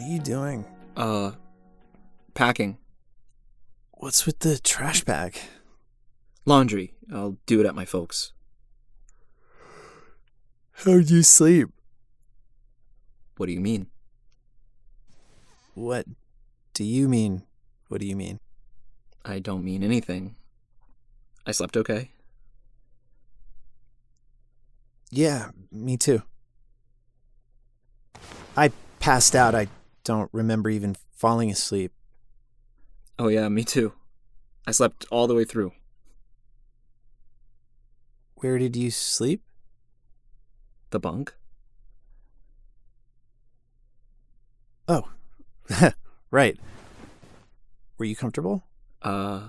you doing? Uh, packing. What's with the trash bag? Laundry. I'll do it at my folks. How'd you sleep? What do you mean? What do you mean? What do you mean? I don't mean anything. I slept okay. Yeah, me too. I passed out. I don't remember even falling asleep. Oh, yeah, me too. I slept all the way through. Where did you sleep? The bunk? Oh, right. Were you comfortable? Uh,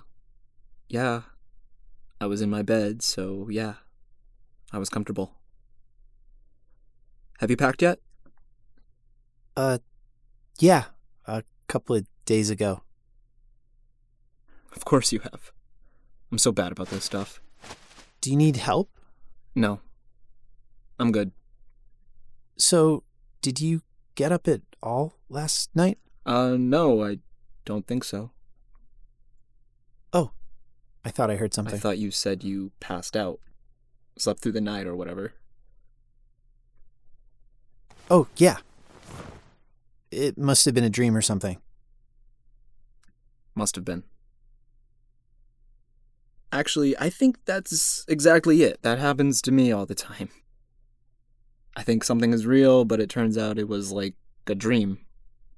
yeah. I was in my bed, so yeah. I was comfortable. Have you packed yet? Uh, yeah, a couple of days ago. Of course you have. I'm so bad about this stuff. Do you need help? No. I'm good. So, did you get up at all last night? Uh, no, I don't think so. Oh, I thought I heard something. I thought you said you passed out, slept through the night or whatever. Oh, yeah. It must have been a dream or something. Must have been. Actually, I think that's exactly it. That happens to me all the time. I think something is real, but it turns out it was like a dream.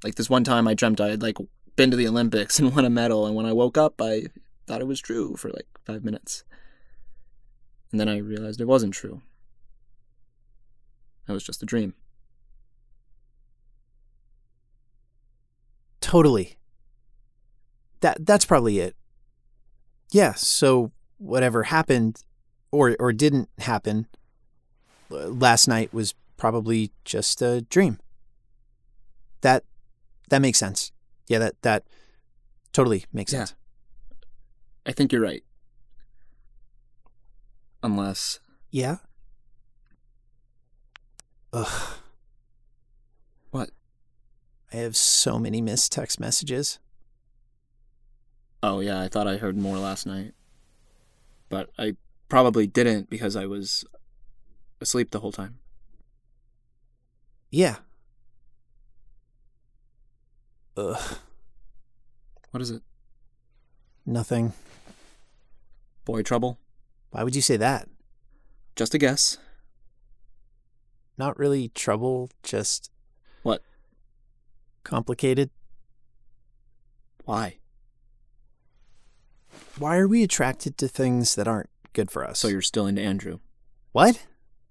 Like this one time I dreamt I had like been to the Olympics and won a medal, and when I woke up, I thought it was true for like five minutes. And then I realized it wasn't true. It was just a dream. Totally. That that's probably it. Yeah, so whatever happened or or didn't happen uh, last night was probably just a dream. That that makes sense. Yeah, that that totally makes Yeah. sense. I think you're right. Unless Yeah. Ugh, what? I have so many missed text messages. Oh yeah, I thought I heard more last night. But I probably didn't because I was asleep the whole time. Yeah. Ugh, What is it? nothing. Boy trouble? Why would you say that? Just a guess. Not really trouble, just What? complicated. Why? Why are we attracted to things that aren't good for us? So you're still into Andrew? What?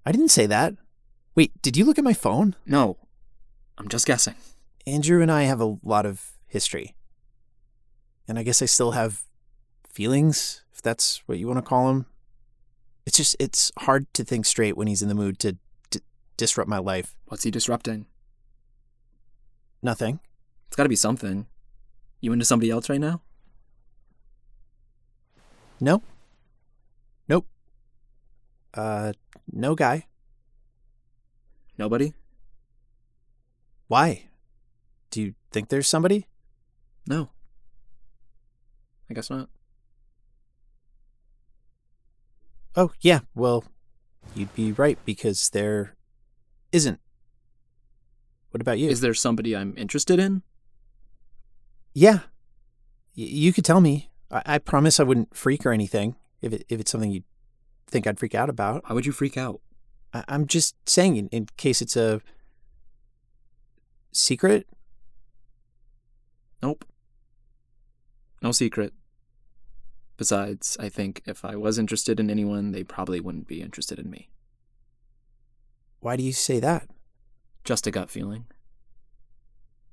I didn't say that. Wait, did you look at my phone? No. I'm just guessing. Andrew and I have a lot of history. And I guess I still have feelings, if that's what you want to call them. It's just, it's hard to think straight when he's in the mood to d- disrupt my life. What's he disrupting? Nothing. It's gotta be something. You into somebody else right now? No? Nope. Uh, no guy. Nobody? Why? Do you think there's somebody? No. I guess not. Oh, yeah. Well, you'd be right because there isn't. What about you? Is there somebody I'm interested in? Yeah. Y- you could tell me. I-, I promise I wouldn't freak or anything if, it- if it's something you think I'd freak out about. Why would you freak out? I- I'm just saying in-, in case it's a secret. Nope. No secret. Besides, I think if I was interested in anyone, they probably wouldn't be interested in me. Why do you say that? Just a gut feeling.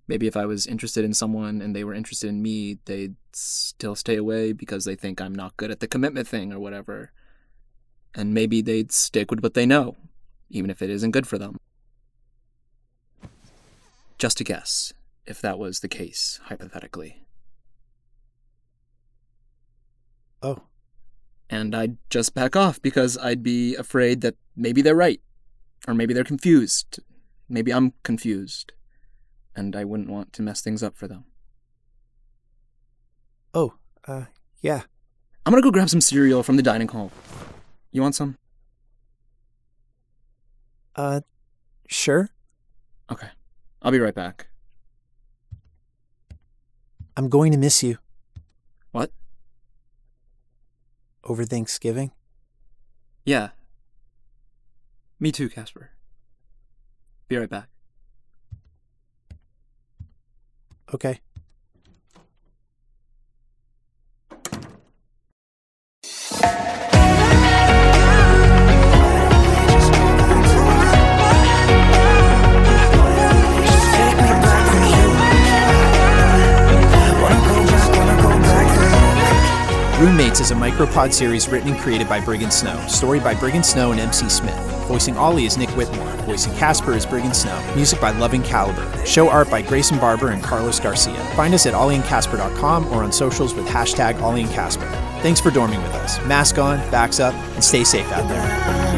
Maybe if I was interested in someone and they were interested in me, they'd still stay away because they think I'm not good at the commitment thing or whatever. And maybe they'd stick with what they know, even if it isn't good for them. Just a guess, if that was the case, hypothetically. Oh, and I'd just back off because I'd be afraid that maybe they're right, or maybe they're confused. Maybe I'm confused. and I wouldn't want to mess things up for them. Oh, uh, yeah. I'm gonna go grab some cereal from the dining hall. You want some? Uh, sure. Okay. I'll be right back. I'm going to miss you. What? Over Thanksgiving? Yeah. Me too, Casper. Be right back. Okay. Roommates is a micropod series written and created by Brigham Snow, story by Brigham Snow and MC Smith. Voicing Ollie is Nick Whitmore, voicing Casper is Brigham Snow, music by Loving Caliber, show art by Grayson Barber and Carlos Garcia. Find us at ollieandcasper.com or on socials with hashtag Ollie and Casper. Thanks for dorming with us. Mask on, backs up, and stay safe out there.